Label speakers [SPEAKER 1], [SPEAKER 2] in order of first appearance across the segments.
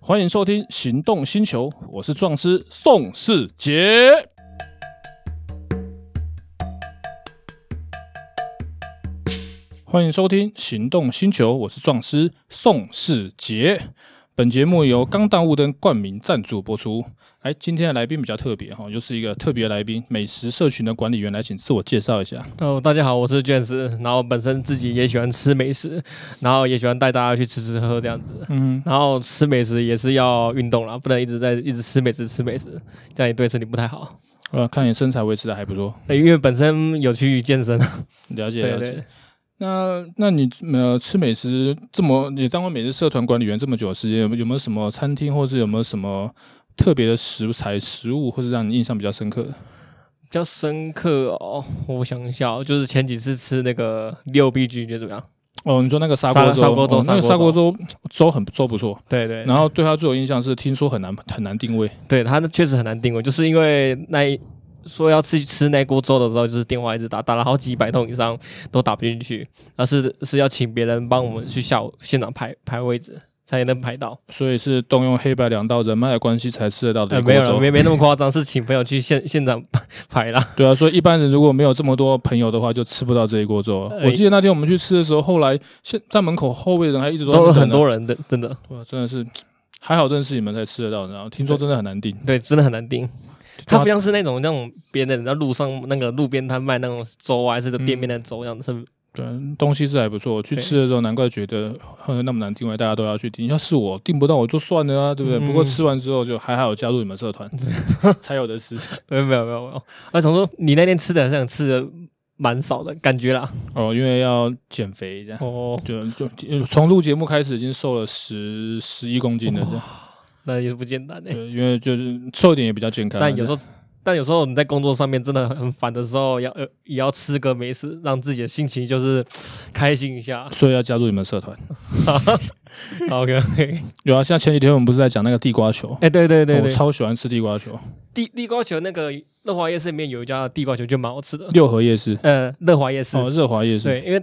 [SPEAKER 1] 欢迎收听《行动星球》，我是壮师宋世杰。欢迎收听《行动星球》，我是壮师宋世杰。本节目由钢弹雾灯冠名赞助播出。哎，今天的来宾比较特别哈，又是一个特别来宾，美食社群的管理员来，请自我介绍一下。
[SPEAKER 2] 哦，大家好，我是卷师，然后本身自己也喜欢吃美食，然后也喜欢带大家去吃吃喝喝这样子，
[SPEAKER 1] 嗯，
[SPEAKER 2] 然后吃美食也是要运动啦，不能一直在一直吃美食吃美食，这样也对身体不太好。
[SPEAKER 1] 呃，看你身材维持的还不错，
[SPEAKER 2] 那因为本身有去健身，啊
[SPEAKER 1] 了解
[SPEAKER 2] 对
[SPEAKER 1] 了解。
[SPEAKER 2] 对，
[SPEAKER 1] 那那你呃吃美食这么你当过美食社团管理员这么久的时间，有没有有没有什么餐厅或是有没有什么特别的食材食物，或是让你印象比较深刻的？
[SPEAKER 2] 比较深刻哦。我想一下哦，就是前几次吃那个六 B G，你觉得怎么样？
[SPEAKER 1] 哦，你说那个砂
[SPEAKER 2] 砂
[SPEAKER 1] 锅粥，
[SPEAKER 2] 砂锅粥
[SPEAKER 1] 哦那个
[SPEAKER 2] 砂
[SPEAKER 1] 砂
[SPEAKER 2] 锅
[SPEAKER 1] 锅粥粥很粥不错。
[SPEAKER 2] 对对，
[SPEAKER 1] 然后对他最有印象是，听说很难很难定位。
[SPEAKER 2] 对它那确实很难定位，就是因为那一说要去吃那锅粥的时候，就是电话一直打，打了好几百通以上都打不进去，而是是要请别人帮我们去下午现场排排位置。才能排到，
[SPEAKER 1] 所以是动用黑白两道人脉的关系才吃得到的
[SPEAKER 2] 呃，
[SPEAKER 1] 一锅
[SPEAKER 2] 没有
[SPEAKER 1] 粥
[SPEAKER 2] 了，。没没那么夸张，是请朋友去现现场排啦。
[SPEAKER 1] 对啊，所以一般人如果没有这么多朋友的话，就吃不到这一锅粥。
[SPEAKER 2] 哎
[SPEAKER 1] 我记得那天我们去吃的时候，后来现在门口后位人还一直都在那边
[SPEAKER 2] 都
[SPEAKER 1] 等
[SPEAKER 2] 很
[SPEAKER 1] 呢
[SPEAKER 2] 多人的，真的，
[SPEAKER 1] 哇，啊真的是还好认识你们才吃得到，然后听说真的很难订。
[SPEAKER 2] 对，真的很难定。它
[SPEAKER 1] 对啊
[SPEAKER 2] 不像是那种那种别人在路上那个路边摊卖那种粥啊，还是店面的粥一样，是
[SPEAKER 1] 对，啊东西是还不错。我去
[SPEAKER 2] 对
[SPEAKER 1] 吃的时候，难怪觉得呃那么难定位，大家都要去订。要是我订不到，我就算了啊，对不对？
[SPEAKER 2] 嗯
[SPEAKER 1] 不过吃完之后就还好有加入你们社团， 才有的吃。
[SPEAKER 2] 没有没有没有没有。我想说，你那天吃的好像吃的蛮少的感觉啦。
[SPEAKER 1] 哦，因为要减肥这样。
[SPEAKER 2] 哦，
[SPEAKER 1] 就就就从录节目开始，已经瘦了十十一公斤了，这样。
[SPEAKER 2] 那也是不简单哎、
[SPEAKER 1] 对，因为就是瘦一点也比较健康啊。
[SPEAKER 2] 但有
[SPEAKER 1] 这
[SPEAKER 2] 时
[SPEAKER 1] 样
[SPEAKER 2] 候，但有时候你在工作上面真的很烦的时候，要呃也要吃个美食，让自己的心情就是开心一下。
[SPEAKER 1] 所以要加入你们社团。
[SPEAKER 2] OK OK，
[SPEAKER 1] 有啊，像前几天我们不是在讲那个地瓜球，
[SPEAKER 2] 哎、对对对
[SPEAKER 1] 哦我
[SPEAKER 2] 对，
[SPEAKER 1] 超喜欢吃地瓜球。
[SPEAKER 2] 地地瓜球那个乐华夜市里面有一家地瓜球就蛮好吃的，
[SPEAKER 1] 六合夜市，
[SPEAKER 2] 呃，乐华夜市，
[SPEAKER 1] 哦，热华夜市，
[SPEAKER 2] 对，因为。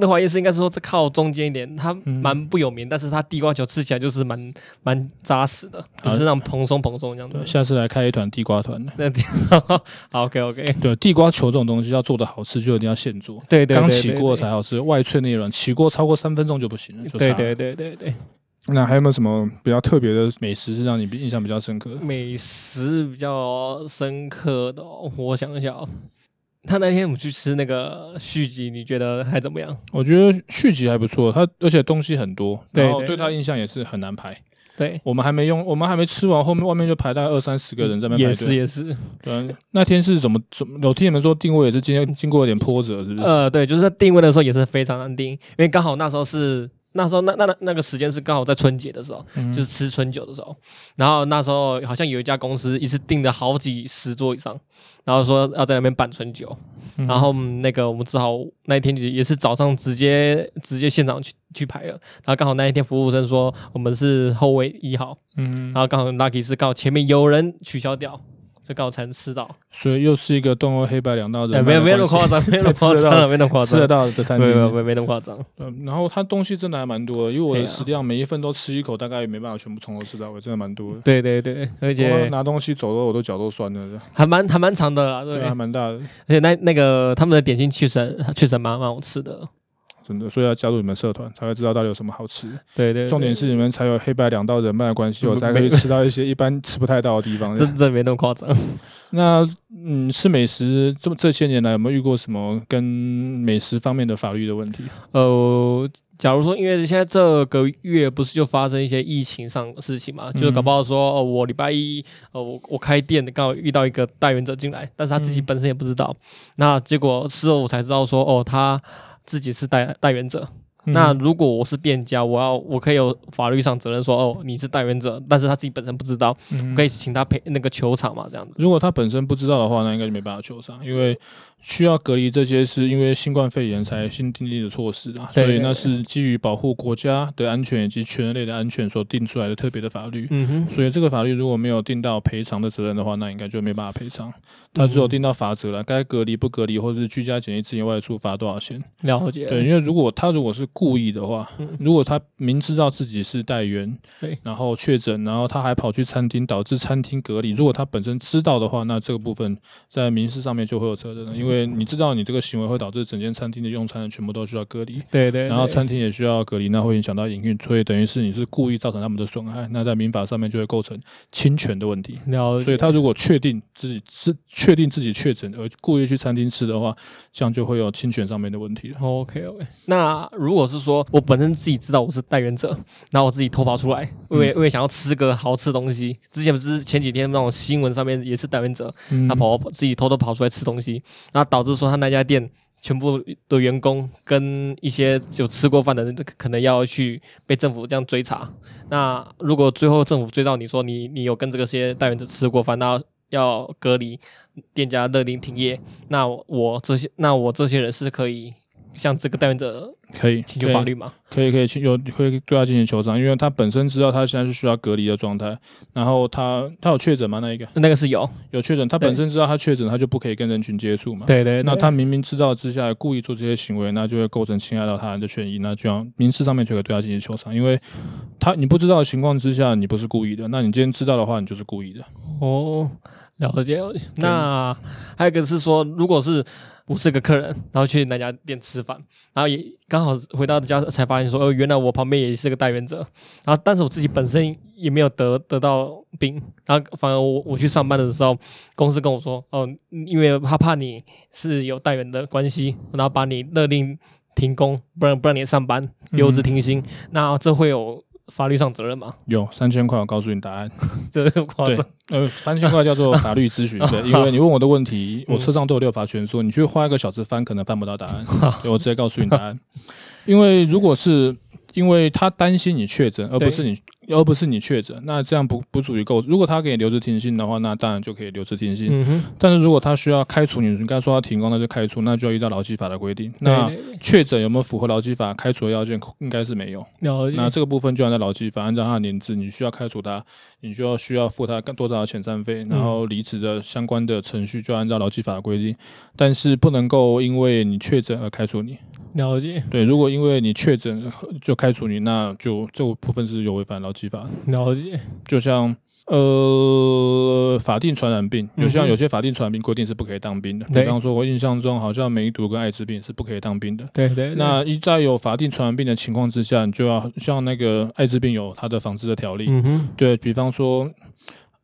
[SPEAKER 2] 乐华夜市应该说是靠中间一点，它
[SPEAKER 1] 嗯
[SPEAKER 2] 蛮不有名，但是它地瓜球吃起来就是蛮蛮扎实的，
[SPEAKER 1] 好
[SPEAKER 2] 就是那种蓬松蓬松这样
[SPEAKER 1] 对，
[SPEAKER 2] 子。
[SPEAKER 1] 下次来开一团地瓜团。
[SPEAKER 2] 那 好 OK OK，
[SPEAKER 1] 对，地瓜球这种东西要做的好吃，就一定要现做，
[SPEAKER 2] 对对对，
[SPEAKER 1] 刚
[SPEAKER 2] 对
[SPEAKER 1] 起锅才好吃，外脆内软，起锅超过三分钟就不行了。就
[SPEAKER 2] 对
[SPEAKER 1] 差了。
[SPEAKER 2] 对对对对，
[SPEAKER 1] 那还有没有什么比较特别的美食是让你印象比较深刻的？
[SPEAKER 2] 美食比较深刻的哦、我想一下、哦，他那天我们去吃那个续集，你觉得还怎么样？
[SPEAKER 1] 我觉得续集还不错，它而且东西很多，
[SPEAKER 2] 对
[SPEAKER 1] 然后
[SPEAKER 2] 对
[SPEAKER 1] 对
[SPEAKER 2] 对
[SPEAKER 1] 它印象也是很难排。
[SPEAKER 2] 对，
[SPEAKER 1] 我们还没用，我们还没吃完，后面外面就排大概二三十个人在那边排
[SPEAKER 2] 也是
[SPEAKER 1] 队。
[SPEAKER 2] 也是，
[SPEAKER 1] 对啊，那天是怎么怎么？有听你们说定位也是今天经过一点波折，是不是？
[SPEAKER 2] 呃，对，就是在定位的时候也是非常难定，因为刚好那时候是那时候那那那那个时间是刚好在春节的时候，
[SPEAKER 1] 嗯
[SPEAKER 2] 就是吃春酒的时候，然后那时候好像有一家公司一次订了好几十桌以上，然后说要在那边办春酒，
[SPEAKER 1] 嗯
[SPEAKER 2] 然后嗯那个我们只好那一天就也是早上直接直接现场去去排了，然后刚好那一天服务生说我们是后卫一号，
[SPEAKER 1] 嗯
[SPEAKER 2] 然，后刚好 lucky 是刚好前面有人取消掉，就刚好才能吃到，
[SPEAKER 1] 所以又是一个动物黑白两道
[SPEAKER 2] 哎，
[SPEAKER 1] 人，
[SPEAKER 2] 没有没有那么夸，张，没有那么夸张了，没那么夸
[SPEAKER 1] 吃得
[SPEAKER 2] 张，
[SPEAKER 1] 到的餐
[SPEAKER 2] 没
[SPEAKER 1] 厅
[SPEAKER 2] 有没。有没有没那么 夸张，
[SPEAKER 1] 嗯，然后它东西真的还蛮多的，因为我
[SPEAKER 2] 对
[SPEAKER 1] 的
[SPEAKER 2] 啊
[SPEAKER 1] 食量每一份都吃一口，大概也没办法全部从头吃到尾，真的蛮多的。
[SPEAKER 2] 对对对，而
[SPEAKER 1] 我
[SPEAKER 2] 且
[SPEAKER 1] 拿东西走了，我都脚都酸了，
[SPEAKER 2] 还蛮还蛮长的啦，对
[SPEAKER 1] 对，啊还蛮大的，
[SPEAKER 2] 而且那那个他们的点心确实确实蛮蛮好吃的，
[SPEAKER 1] 真的。所以要加入你们社团才会知道到底有什么好吃。
[SPEAKER 2] 对对
[SPEAKER 1] 重点是你们才有黑白两道人脉的关系，
[SPEAKER 2] 没
[SPEAKER 1] 我才可以吃到一些一般吃不太到的地 方。
[SPEAKER 2] 真真没那么夸张。
[SPEAKER 1] 那嗯，吃美食这么这些年来有没有遇过什么跟美食方面的法律的问题？
[SPEAKER 2] 呃，假如说因为现在这个月不是就发生一些疫情上的事情嘛，就是搞不好说、哦、我礼拜一呃我我开店刚好遇到一个代言者进来，但是他自己
[SPEAKER 1] 嗯
[SPEAKER 2] 本身也不知道，那结果事后我才知道说哦他自己是代代言者，那如果我是店家，我要我可以有法律上责任说哦你是代言者，但是他自己本身不知道，
[SPEAKER 1] 嗯
[SPEAKER 2] 我可以请他赔那个球场嘛这样子。
[SPEAKER 1] 如果他本身不知道的话，那应该就没办法求偿，因为需要隔离这些，是因为新冠肺炎才新订立的措施啊，所
[SPEAKER 2] 对
[SPEAKER 1] 以
[SPEAKER 2] 对
[SPEAKER 1] 那
[SPEAKER 2] 对
[SPEAKER 1] 是基于保护国家的安全以及全人类的安全所定出来的特别的法律。
[SPEAKER 2] 嗯哼，
[SPEAKER 1] 所以这个法律如果没有定到赔偿的责任的话，那应该就没办法赔偿。它只有
[SPEAKER 2] 嗯
[SPEAKER 1] 定到罚则了，该隔离不隔离，或者是居家检疫之前外出罚多少钱。
[SPEAKER 2] 了解。
[SPEAKER 1] 对，因为如果他如果是故意的话，如果他明知道自己是带源
[SPEAKER 2] 嗯对，
[SPEAKER 1] 然后确诊，然后他还跑去餐厅，导致餐厅隔离，如果他本身知道的话，那这个部分在民事上面就会有责任了，因为你知道你这个行为会导致整间餐厅的用餐人全部都需要隔离。
[SPEAKER 2] 对对，
[SPEAKER 1] 然后
[SPEAKER 2] 对
[SPEAKER 1] 餐厅也需要隔离，那会影响到营运，所以等于是你是故意造成他们的损害，那在民法上面就会构成侵权的问题。
[SPEAKER 2] 了解，
[SPEAKER 1] 所以他如果确定自己是确定自己确诊而故意去餐厅吃的话，这样就会有侵权上面的问题了。
[SPEAKER 2] OK OK，那如果是说我本身自己知道我是代言者，然后我自己偷跑出来，
[SPEAKER 1] 嗯
[SPEAKER 2] 因为因为想要吃个好吃的东西，之前不是前几天那种新闻上面也是代言者，
[SPEAKER 1] 嗯
[SPEAKER 2] 他跑自己偷偷跑出来吃东西，然后导致说他那家店全部的员工跟一些有吃过饭的人，可能要去被政府这样追查。那如果最后政府追到你说你你有跟这个些代言者吃过饭，那要隔离，店家勒令停业，那我这些那我这些人是可以向这个代言者
[SPEAKER 1] 可以
[SPEAKER 2] 请求法律吗？
[SPEAKER 1] 可以可以去有可以对他进行求偿，因为他本身知道他现在是需要隔离的状态，然后他他有确诊吗？那一个
[SPEAKER 2] 那个是有，
[SPEAKER 1] 有确诊，他
[SPEAKER 2] 对
[SPEAKER 1] 本身知道他确诊，他就不可以跟人群接触嘛。
[SPEAKER 2] 对对
[SPEAKER 1] 那他明明知道之下故意做这些行为，那就会构成侵害到他人的权益，那就要民事上面就可以对他进行求偿，因为他你不知道的情况之下，你不是故意的，那你今天知道的话，你就是故意的。
[SPEAKER 2] 哦，了解。了解那还有一个是说，如果是我是个客人，然后去那家店吃饭，然后也刚好回到家才发现说，哦，原来我旁边也是个代言者，然后但是我自己本身也没有得得到病，然后反而我我去上班的时候，公司跟我说，哦，因为他怕你是有代言的关系，然后把你勒令停工，不然不让你上班，
[SPEAKER 1] 嗯
[SPEAKER 2] 留职停薪，那这会有法律上责任吗？
[SPEAKER 1] 有三千块，我告诉你答案。
[SPEAKER 2] 这个夸
[SPEAKER 1] 对
[SPEAKER 2] 张，
[SPEAKER 1] 呃，三千块叫做法律咨 询费，因为你问我的问题，我车上都有六法全书，你去花一个小时翻，可能翻不到答 案。对我直接告诉你答案，因为如果是因为他担心你确诊，而不是你，而不是你确诊，那这样不不足以构。如果他给你留职停薪的话，那当然就可以留职停薪。
[SPEAKER 2] 嗯哼，
[SPEAKER 1] 但是如果他需要开除你，你刚才说要停工，那就开除，那就要依照劳基法的规定。那
[SPEAKER 2] 对对对
[SPEAKER 1] 确诊有没有符合劳基法开除的要件？应该是没有。
[SPEAKER 2] 了解。
[SPEAKER 1] 那这个部分就按照劳基法，按照他的年资，你需要开除他，你就要需要付他更多少的遣散费，然
[SPEAKER 2] 嗯
[SPEAKER 1] 后离职的相关的程序就按照劳基法的规定，但是不能够因为你确诊而开除你。
[SPEAKER 2] 了解，
[SPEAKER 1] 对，如果因为你确诊呃就开除你，那就这个部分是有违反劳基法的。
[SPEAKER 2] 了解，
[SPEAKER 1] 就像呃，法定传染病，就
[SPEAKER 2] 嗯
[SPEAKER 1] 像
[SPEAKER 2] 哼
[SPEAKER 1] 有些法定传染病规定是不可以当兵的，比
[SPEAKER 2] 对
[SPEAKER 1] 方说，我印象中好像梅毒跟艾滋病是不可以当兵的。
[SPEAKER 2] 对对
[SPEAKER 1] 那一在有法定传染病的情况之下，你就要像那个艾滋病有它的防治的条例，
[SPEAKER 2] 嗯哼，
[SPEAKER 1] 对比方说，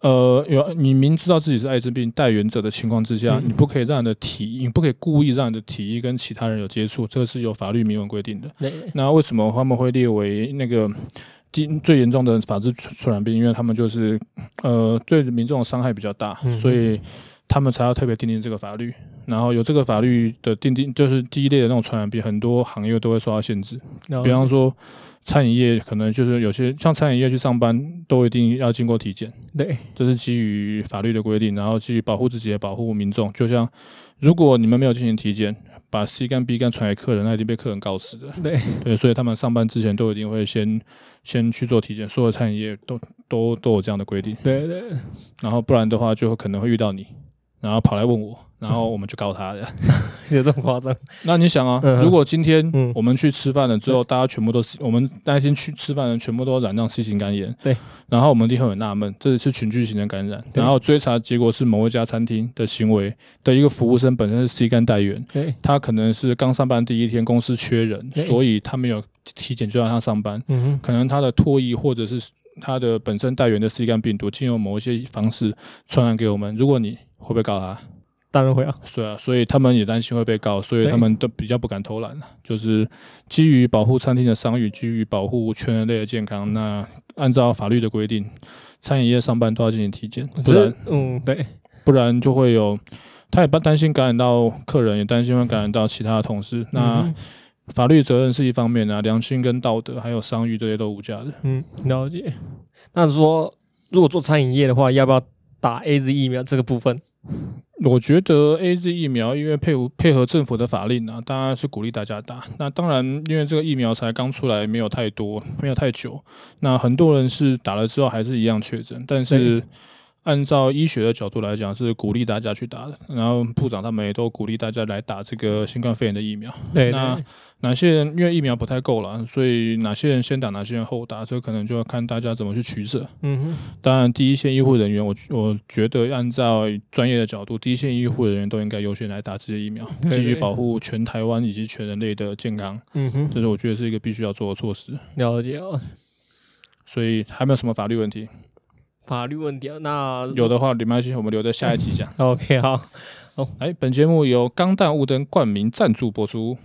[SPEAKER 1] 呃，有你明知道自己是艾滋病带源者的情况之下，
[SPEAKER 2] 嗯
[SPEAKER 1] 你不可以让你的体，你不可以故意让你的体液跟其他人有接触，这是有法律明文规定的。
[SPEAKER 2] 对
[SPEAKER 1] 那为什么他们会列为那个第最严重的法治传染病？因为他们就是呃对民众的伤害比较大，
[SPEAKER 2] 嗯
[SPEAKER 1] 所以他们才要特别订定这个法律。然后有这个法律的订定，就是第一类的那种传染病，很多行业都会受到限制。比方说，餐饮业可能就是有些像餐饮业去上班，都一定要经过体检。
[SPEAKER 2] 对
[SPEAKER 1] 这是基于法律的规定，然后基于保护自己也保护民众。就像如果你们没有进行体检，把 C 肝 B 肝传给客人，那一定被客人告死的。
[SPEAKER 2] 对
[SPEAKER 1] 对，所以他们上班之前都一定会先先去做体检，所有餐饮业都都都有这样的规定。
[SPEAKER 2] 对对，
[SPEAKER 1] 然后不然的话，就会可能会遇到你，然后跑来问我，然后我们就告他的。
[SPEAKER 2] 有这么夸张？
[SPEAKER 1] 那你想啊
[SPEAKER 2] 嗯，
[SPEAKER 1] 如果今天
[SPEAKER 2] 嗯
[SPEAKER 1] 我们去吃饭了之后，大家全部都是我们那天去吃饭的人全部都染上 C 型肝炎，
[SPEAKER 2] 对，
[SPEAKER 1] 然后我们一定会很纳闷，这是群聚型的感染，
[SPEAKER 2] 对
[SPEAKER 1] 然后追查结果是某一家餐厅的行为的一个服务生本身是 C 肝带源，
[SPEAKER 2] 对，
[SPEAKER 1] 他可能是刚上班第一天，公司缺人，
[SPEAKER 2] 对
[SPEAKER 1] 所以他没有体检就让他上班，
[SPEAKER 2] 嗯哼，
[SPEAKER 1] 可能他的唾液或者是他的本身带源的 C 肝病毒经由某一些方式传染给我们，如果你会不会告他？
[SPEAKER 2] 当然会啊，
[SPEAKER 1] 对啊，所以他们也担心会被告，所以
[SPEAKER 2] 对
[SPEAKER 1] 他们都比较不敢偷懒了。啊就是基于保护餐厅的商誉，基于保护全人类的健康，那按照法律的规定，餐饮业上班都要进行体检，不
[SPEAKER 2] 只
[SPEAKER 1] 然
[SPEAKER 2] 是嗯对
[SPEAKER 1] 不然就会有。他也不担心感染到客人，也担心会感染到其他的同事。那
[SPEAKER 2] 嗯哼
[SPEAKER 1] 法律责任是一方面啊，良心跟道德还有商誉这些都无价的。
[SPEAKER 2] 嗯了解。那说如果做餐饮业的话，要不要打 A Z 疫苗这个部分？
[SPEAKER 1] 我觉得 A Z 疫苗因为配合配合政府的法令啊，当然是鼓励大家打。那当然，因为这个疫苗才刚出来，没有太多，没有太久。那很多人是打了之后还是一样确诊，但是按照医学的角度来讲，是鼓励大家去打的。然后部长他们也都鼓励大家来打这个新冠肺炎的疫苗。
[SPEAKER 2] 对，
[SPEAKER 1] 那
[SPEAKER 2] 对
[SPEAKER 1] 哪些人因为疫苗不太够了，所以哪些人先打，哪些人后打，这可能就要看大家怎么去取舍。
[SPEAKER 2] 嗯
[SPEAKER 1] 当然，第一线医护人员，我我觉得按照专业的角度，第一线医护人员都应该优先来打这些疫苗，
[SPEAKER 2] 对
[SPEAKER 1] 继续
[SPEAKER 2] 对
[SPEAKER 1] 保护全台湾以及全人类的健康
[SPEAKER 2] 哼，，嗯哼，
[SPEAKER 1] 这是我觉得是一个必须要做的措施。
[SPEAKER 2] 了解哦。
[SPEAKER 1] 所以还没有什么法律问题，
[SPEAKER 2] 法律问题啊，那
[SPEAKER 1] 有的话没关系，我们留在下一 集讲。
[SPEAKER 2] OK 好，
[SPEAKER 1] 哎，本节目由钢弹雾灯冠名赞助播出。